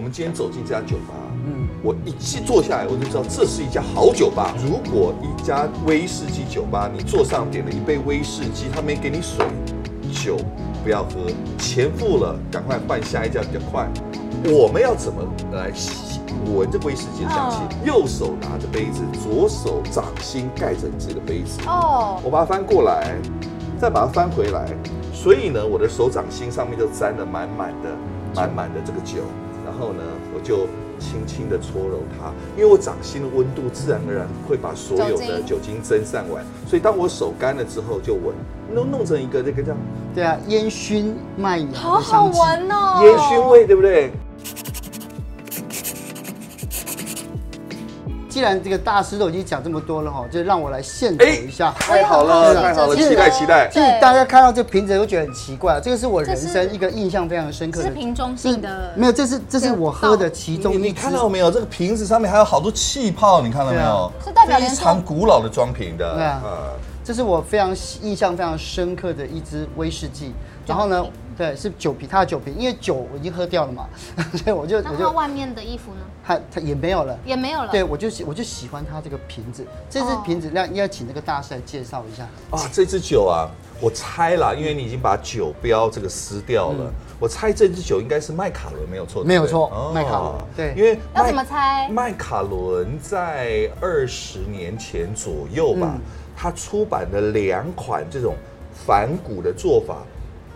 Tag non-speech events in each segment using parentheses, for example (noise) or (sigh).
们今天走进这家酒吧，嗯，我一气坐下来，我就知道这是一家好酒吧。如果一家威士忌酒吧，你坐上点了一杯威士忌，他没给你水、酒，不要喝，钱付了，赶快换下一家比较快。我们要怎么来吸闻这威士忌的香气？右手拿着杯子，左手掌心盖着你自己的杯子，哦，我把它翻过来，再把它翻回来，所以呢，我的手掌心上面就沾了满满的、满满的这个酒。然后呢，我就轻轻地搓揉它，因为我掌心的温度自然而然会把所有的酒精蒸散完，所以当我手干了之后就闻，弄弄成一个这个叫对啊，烟熏麦芽的好好香气，闻哦，烟熏。味，对不对？既然这个大师都已经讲这么多了哈，就让我来献丑哎一下。太好了，太好了，这是期待期待。其实大家看到这瓶子都觉得很奇怪，这个是我人生一个印象非常深刻这的是。瓶中是性的，没有，这是这是我喝的其中你一你支看到没有？这个瓶子上面还有好多气泡，你看到没对有啊？是代表非连常锁古老的装瓶的，对啊嗯这是我非常印象非常深刻的一支威士忌。然后呢，对，是酒瓶，它的酒瓶，因为酒我已经喝掉了嘛， (laughs) 所以我就那我它就外面的衣服呢？它它也没有了。也没有了。对，我就喜我就喜欢它这个瓶子，这哦支瓶子让要请这个大师来介绍一下。啊，这支酒啊，我猜啦，因为你已经把酒标这个撕掉了，我猜这支酒应该是麦卡伦，没有错，对不对哦嗯没有错麦卡伦对因为要麦怎么猜麦卡伦在二十年前左右嗯吧，他出版的两款这种反古的做法。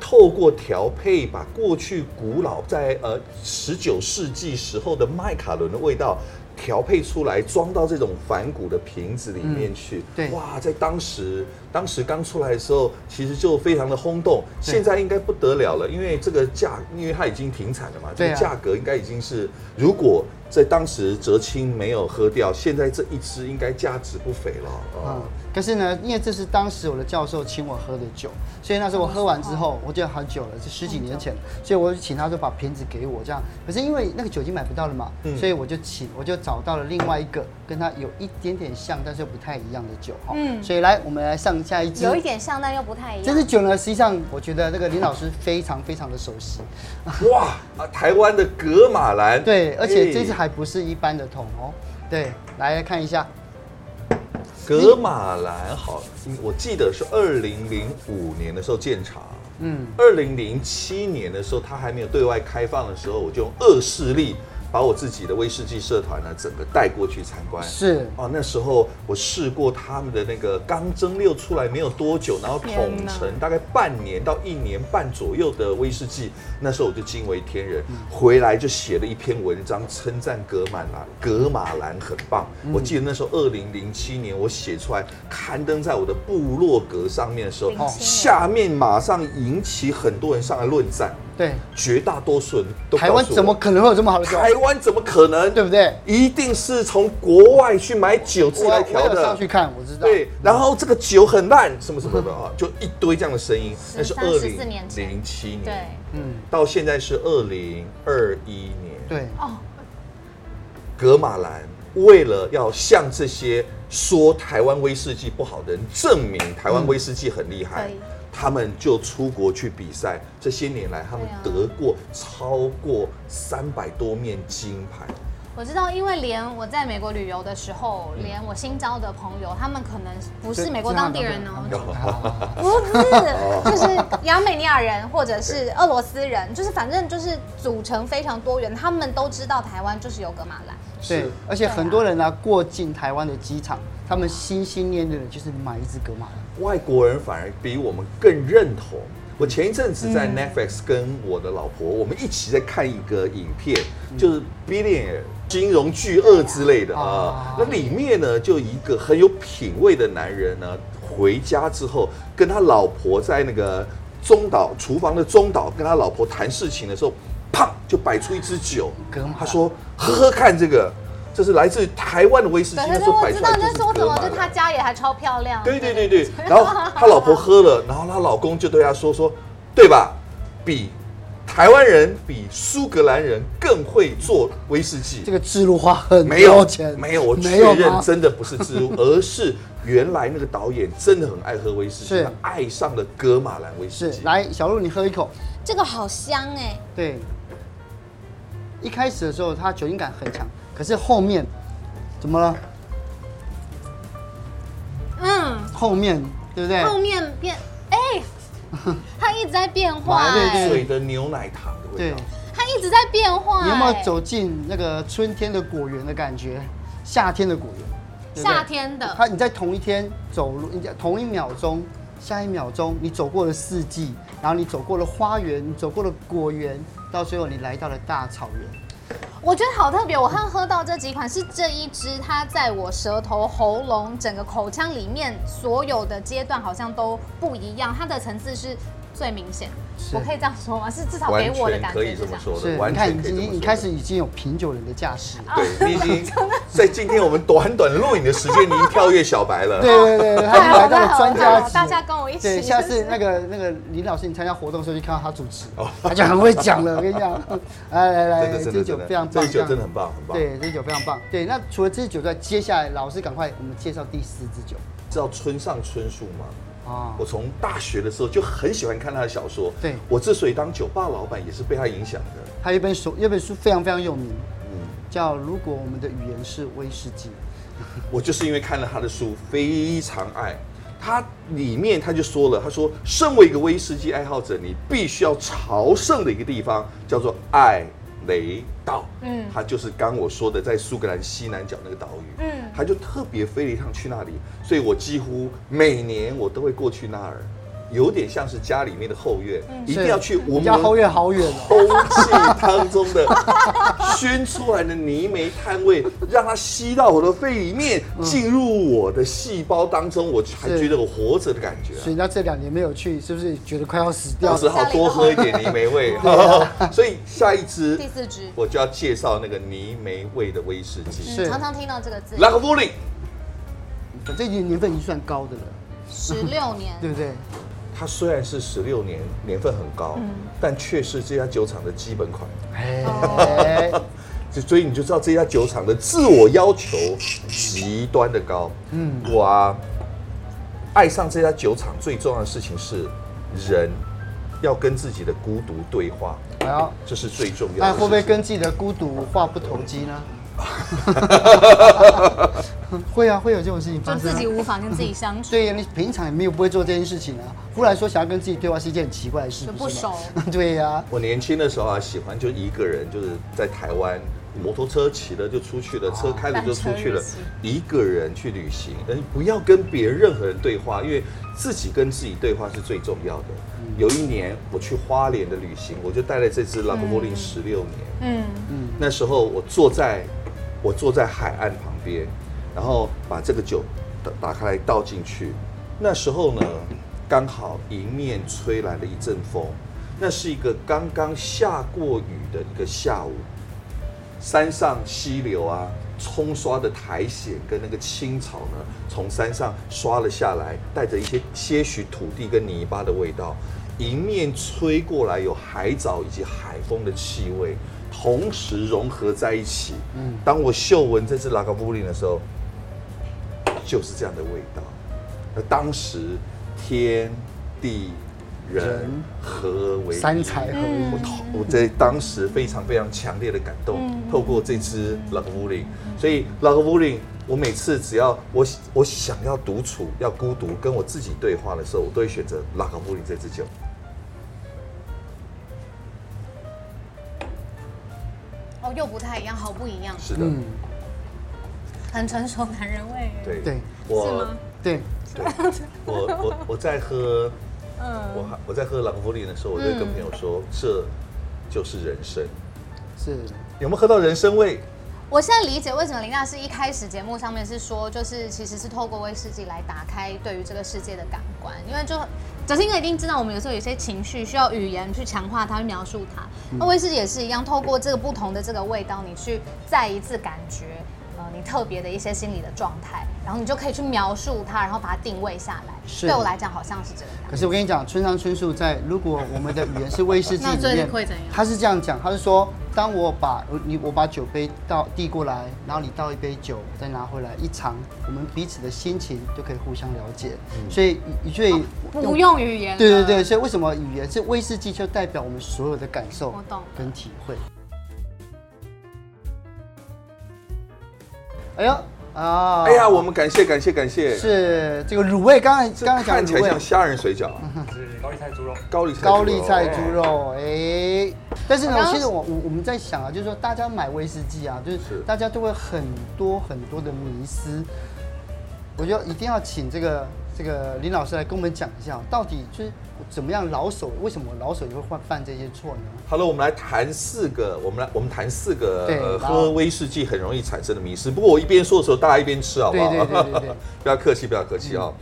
透过调配，把过去古老在呃十九世纪时候的麦卡伦的味道调配出来，装到这种反古的瓶子里面去。嗯对哇，在当时当时刚出来的时候，其实就非常的轰动。对现在应该不得了了，因为这个价，因为它已经停产了嘛，这对个啊价格应该已经是，如果在当时哲青没有喝掉，现在这一支应该价值不菲了。嗯哦，可是呢，因为这是当时我的教授请我喝的酒，所以那时候我喝完之后，我记得很久了，是十几年前，所以我就请他就把瓶子给我这样。可是因为那个酒精买不到了嘛，嗯所以我就请我就找到了另外一个跟它有一点点像，但是又不太一样的酒哈。嗯所以来我们来上下一支。有一点像，但又不太一样。这支酒呢，实际上我觉得那个林老师非常非常的熟悉，哇，啊台湾的格马兰，对，而且这次哎还不是一般的桶哦，对，来看一下，格马兰好，嗯我记得是二零零五年的时候建厂，嗯，二零零七年的时候它还没有对外开放的时候，我就用恶势力把我自己的威士忌社团呢整个带过去参观。是哦，那时候我试过他们的那个刚蒸馏出来没有多久，然后天桶哪陈大概半年到一年半左右的威士忌，那时候我就惊为天嗯人，回来就写了一篇文章称赞格马兰，格马兰很棒。嗯我记得那时候二零零七年我写出来刊登在我的部落格上面的时候零七，年下面马上引起很多人上来论战，对，绝大多数人都台湾告诉我怎么可能会有这么好 (laughs) 的酒，台湾怎么可 (laughs) 能？对不对？一定是从国外去买酒自己我来我调有的上。去看，我知道。对，然后这个酒很烂，什么什么的啊，就一堆这样的声音。那是13二零14年前零七年，对，嗯，到现在是二零二一年。，对，格马兰为了要向这些说台湾威士忌不好的人证明台湾威士忌很厉害嗯可以，他们就出国去比赛。这些年来，他们对啊得过超过三百多面金牌。我知道，因为连我在美国旅游的时候，嗯连我新交的朋友，他们可能不是美国当地人哦， (laughs) 哦。不是，就是哦亚美尼亚人或者是俄罗斯人，就是反正就是组成非常多元，他们都知道台湾就是有格马兰。对是，而且很多人呢过境台湾的机场，他们心心念念的就是买一只格马兰。外国人反而比我们更认同。我前一阵子在嗯 Netflix 跟我的老婆，我们一起在看一个影片，就是 Billionaire 金融巨鳄之类的啊啊。那里面呢，就一个很有品味的男人呢，回家之后跟他老婆在那个中岛厨房的中岛跟他老婆谈事情的时候，砰就摆出一支酒格马，他说喝喝看这个。这是来自台湾的威士忌，对那对时对，候我摆知出道来你在是说格什么，马就兰他家也还超漂亮。对对对 (laughs) 对， (laughs) 然后他老婆喝了，然后他老公就对他说说，对吧？比台湾人比苏格兰人更会做威士忌这。个制度花很没有多钱，没有，我没确有认吗？真的不是自 (laughs) 入，而是原来那个导演真的很爱喝威士忌，是他爱上了格马兰威士是忌。，欸来，小鹿你喝一口。这个好香哎，对，一开始的时候它酒精感很强，可是后面怎么了？嗯，后面对不对？后面变哎，它一直在变化，哇对哎，水的牛奶糖的味对道。，它一直在变化。你有没有哎走进那个春天的果园的感觉？夏天的果园，对不对夏天嗯的？它你在同一天走路，你在同一秒钟，下一秒钟，你走过了四季，然后你走过了花园，你走过了果园，到最后你来到了大草原。我觉得好特别，我和喝到这几款是这一支，它在我舌头、喉咙、整个口腔里面所有的阶段好像都不一样，它的层次是最明显。是我可以这样说吗？是至少给完我的全感可以觉这是么样。说是的，，完你看全你可以这么说今天的。你开始已经有品酒人的架势了。对你已经在今天我们短短录影的时间，你已经跳跃小白了。 (laughs) 对对对对，他已经来到了专家级。大家跟我一起对，下次那个那个林老师，你参加活动的时候就看到他主持，他就很会讲了。我跟你 (laughs) 讲，来来来，哦真的真哎这的酒真非常的，棒，这一酒真的很棒，很棒。对，这支酒非常棒。对，那除了这支酒之外，接下来老师赶快我们介绍第四支酒知道村上春树吗？啊我。从大学的时候就很喜欢看他的小说。对我之所以当酒吧老板，也是被他影响的。还有一本书，有一本书非常非常有名，嗯，叫《如果我们的语言是威士忌》。我就是因为看了他的书，非常爱。他里面他就说了，他说，身为一个威士忌爱好者，你必须要朝圣的一个地方叫做艾雷岛。嗯嗯，他就是刚我说的在苏格兰西南角那个岛屿。嗯嗯，他就特别飞了一趟去那里，所以我几乎每年我都会过去那儿，有点像是家里面的后院，一定要去我闻们家闻好远好远 (laughs) 哦。空气当中的熏出来的泥煤炭味，让它吸到我的肺里面，进入我的细胞当中，我还觉得我活着的感觉啊、所以那这两年没有去，是不是觉得快要死掉我了？只好多喝一点泥煤味，所以下一支第四支我就要介绍那个泥煤味的威士忌，是嗯，常常听到这个字，拉克布里，反正年年份已经算高的了，十六年，对不对？它虽然是十六年年份很高，但却是这家酒厂的基本款。哎，就所以你就知道这家酒厂的自我要求极端的高。嗯，我啊，爱上这家酒厂最重要的事情是，人要跟自己的孤独对话， (laughs) 好，这是最重要的那事情。会不会跟自己的孤独话不投机 (laughs) 呢？会啊，会有这种事情发就生啊。自己无法跟自己相处，对呀，你平常也没有不会做这件事情啊，忽然说想要跟自己对话是一件很奇怪的事，就不是吗 (laughs) 不对呀、我年轻的时候啊，喜欢就一个人，就是在台湾，摩托车骑了就出去了，车开了就出去了单车，一个人去旅行，但是不要跟别人任何人对话，因为自己跟自己对话是最重要的。有一年我去花莲的旅行，我就带了这只拉布莫林十六年，嗯，那时候我坐在我坐在海岸旁边，然后把这个酒打打开来倒进去。那时候呢，刚好迎面吹来了一阵风，那是一个刚刚下过雨的一个下午，山上溪流啊，冲刷的苔藓跟那个青草呢，从山上刷了下来，带着一些些许土地跟泥巴的味道，迎面吹过来有海藻以及海风的气味，同时融合在一起。嗯，当我嗅闻这只拉卡布林的时候，就是这样的味道。而当时天地人合为一三才合一我头我在当时非常非常强烈的感动，嗯透过这支 Love w o l i n 所以 Love w o l i n 我每次只要我我想要独处、要孤独、跟我自己对话的时候，我都会选择 Love w o l i n 这支酒。哦，又不太一样，好不一样，是的，嗯，很成熟男人味，对对是我吗对， (laughs) 对，我我我在喝，嗯我还我在喝 Love w o l i n 的时候，我就跟朋友说，这就是人生。是有没有喝到人生味？我现在理解为什么林大师一开始节目上面是说，就是其实是透过威士忌来打开对于这个世界的感官，因为就小新哥一定知道，我们有时候有些情绪需要语言去强化它，去描述它。嗯那威士忌也是一样，透过这个不同的这个味道，你去再一次感觉。呃，你特别的一些心理的状态，然后你就可以去描述它，然后把它定位下来。是对我来讲，好像是这个样可是我跟你讲，村上春树在《如果我们的语言是威士忌》那里最面会怎样，他是这样讲，他是说，当我把你我把酒杯倒递过来，然后你倒一杯酒，再拿回来一尝，我们彼此的心情就可以互相了解。所以，所以不用语言。对对对，，所以为什么语言是威士忌，就代表我们所有的感受我懂跟体会。哎呦啊！哎呀，我们感谢感谢感谢，是这个卤味，刚才这刚才讲看起来卤味嗯像，虾仁水饺，是高丽菜猪肉，高丽菜高丽菜猪肉猪肉，哎，但是呢我刚，刚其实我我我们在想啊，就是说大家买威士忌啊，就是是大家都会很多很多的迷思，我觉得一定要请这个这个林老师来跟我们讲一下，哦到底就是怎么样老手，为什么老手也会犯犯这些错呢？好了，我们来谈四个，我们来我们谈四个对呃然后喝威士忌很容易产生的迷失。不过我一边说的时候，大家一边吃好不好？对对对对 (laughs) 对嗯不要客气，不要客气哦。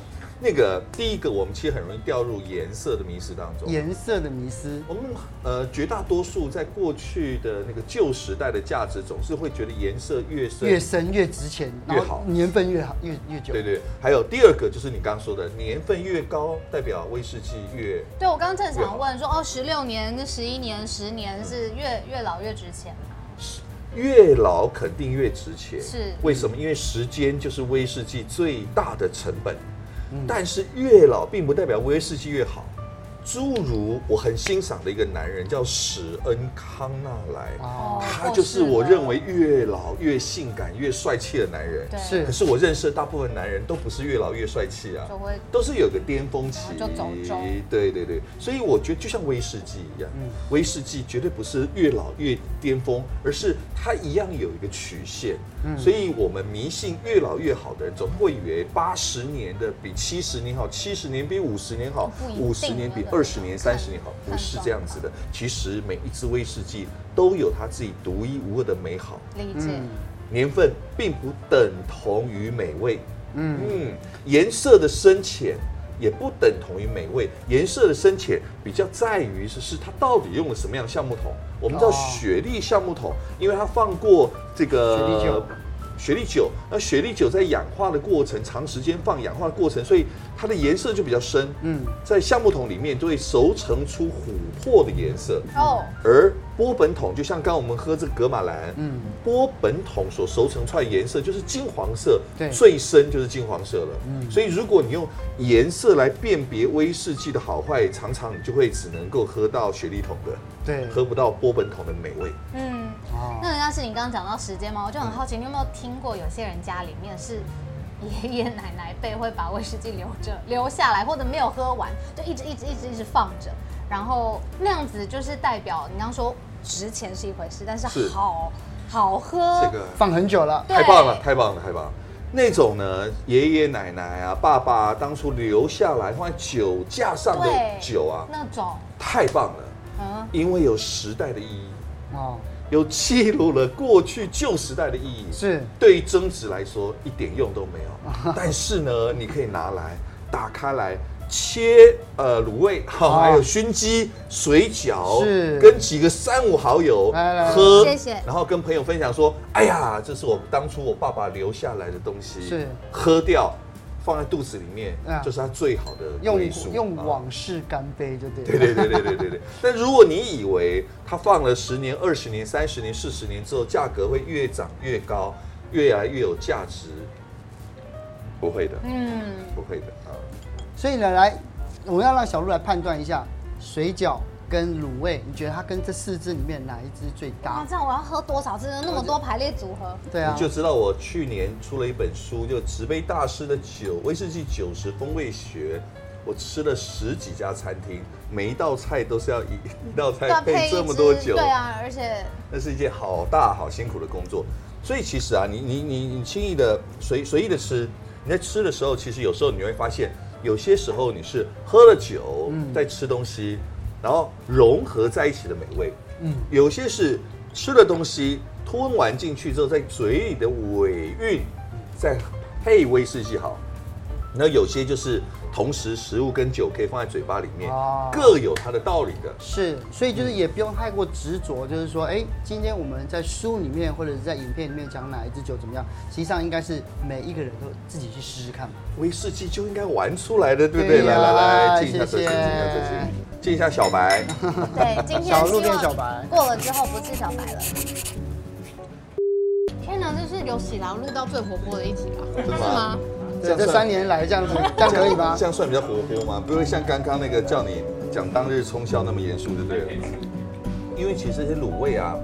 那个第一个，我们其实很容易掉入颜色的迷失当中。颜色的迷思，我们呃，绝大多数在过去的那个旧时代的价值，总是会觉得颜色越深越深越值钱，越然后好年份越好越越久，对对，还有第二个就是你刚刚说的，年份越高，代表威士忌越对，我刚刚正想问说，哦，十六年跟十一年、十年是越越老越值钱吗？越老肯定越值钱，是为什么？因为时间就是威士忌最大的成本。但是越老并不代表威士忌越好。诸如我很欣赏的一个男人叫史恩康纳莱，啊，他哦就是我认为越老越性感、越帅气的男人。对是可是我认识的大部分男人都不是越老越帅气啊，就会都是有个巅峰期，啊就走中嗯对对对，所以我觉得就像威士忌一样，威士忌绝对不是越老越巅峰，而是它一样有一个曲线。嗯所以我们迷信越老越好的人，总会以为八十年的比七十年好，七十年比五十年好不一，定五十年比对不二对十年、三十年好，看不是这样子的。其实每一支威士忌都有它自己独一无二的美好。理嗯解，年份并不等同于美味。嗯颜色的深浅也不等同于美味，颜色的深浅比较在于是是它到底用了什么样的橡木桶。我们知道哦雪莉橡木桶，因为它放过这个雪莉酒。雪莉酒，那雪莉酒在氧化的过程，长时间放氧化的过程，所以它的颜色就比较深。嗯在橡木桶里面就会熟成出琥珀的颜色。哦，而波本桶就像刚刚我们喝这个格马兰，嗯，波本桶所熟成出来的颜色就是金黄色，对最深就是金黄色了。嗯，所以如果你用颜色来辨别威士忌的好坏，常常你就会只能够喝到雪莉桶的，对，喝不到波本桶的美味。嗯。啊那人家是你刚刚讲到时间吗？我就很好奇，你有没有听过有些人家里面是爷爷奶奶辈会把威士忌留着 (laughs) 留下来，或者没有喝完，就一直一直一直一直放着，然后那样子就是代表你刚刚说值钱是一回事，但是是好好喝，这个放很久了，呃对太棒了，太棒了，太棒了！那种呢，爷爷奶奶啊，爸爸啊当初留下来放在酒架上的对酒啊，那种，太棒了，嗯，因为有时代的意义。哦，有记录了过去旧时代的意义，是啊对于争执来说一点用都没有。 (laughs) 但是呢，你可以拿来打开来切呃卤味， (laughs) 好、哦还有熏鸡、水饺，是跟几个三五好友来来来喝，谢谢然后跟朋友分享说，哎呀，这是我当初我爸爸留下来的东西，是喝掉放在肚子里面，啊就是它最好的用归宿。用啊往事干杯，就对对对了。对对对对 (laughs) 对。但如果你以为它放了十年、二十年、三十年、四十年之后，价格会越涨越高，越来越有价值，不会的，嗯，不会的啊。所以呢，来，我要让小鹿来判断一下水饺跟卤味，你觉得它跟这四只里面哪一只最哇搭，？这样我要喝多少支呢？那么多排列组合，对啊你，就知道我去年出了一本书，就《直杯大师的酒威士忌九十风味学》。我吃了十几家餐厅，每一道菜都是要一一道对啊菜配配一这么多支酒，对啊，而且那是一件好大好辛苦的工作。所以其实啊，你你你你轻易的随随意的吃，你在吃的时候，其实有时候你会发现，有些时候你是喝了酒、在吃东西，然后融合在一起的美味。嗯，有些是吃了东西吞完进去之后，在嘴里的尾韵，再配威士忌好。那有些就是同时食物跟酒可以放在嘴巴里面，哦各有它的道理的。是，所以就是也不用太过执着，就是说，哎，今天我们在书里面或者是在影片里面讲哪一支酒怎么样，实际上应该是每一个人都自己去试试看嘛。威士忌就应该玩出来的，对不对对？呀来来来，敬一下这谢谢敬一下这敬一下小白。对，今天小鹿希望变小白过了之后不是小白了。天哪，这是有喜劳录到最活泼的一集吧？的吗是吗？对，这三年来这样子，这 (laughs) 样可以吗这？样算比较活泼吗？不会像刚刚那个叫你讲当日冲销那么严肃，对不对？因为其实嗯这些卤味啊，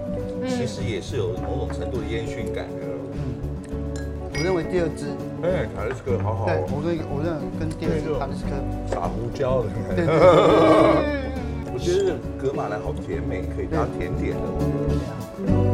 其实也是有某种程度的烟熏感的。我认为第二支，哎，卡利斯克好好对哦，我认为我认为跟第二支卡利斯科，撒胡椒的，对对对 (laughs) 我觉得格马兰好甜美，可以当甜点的。对对啊。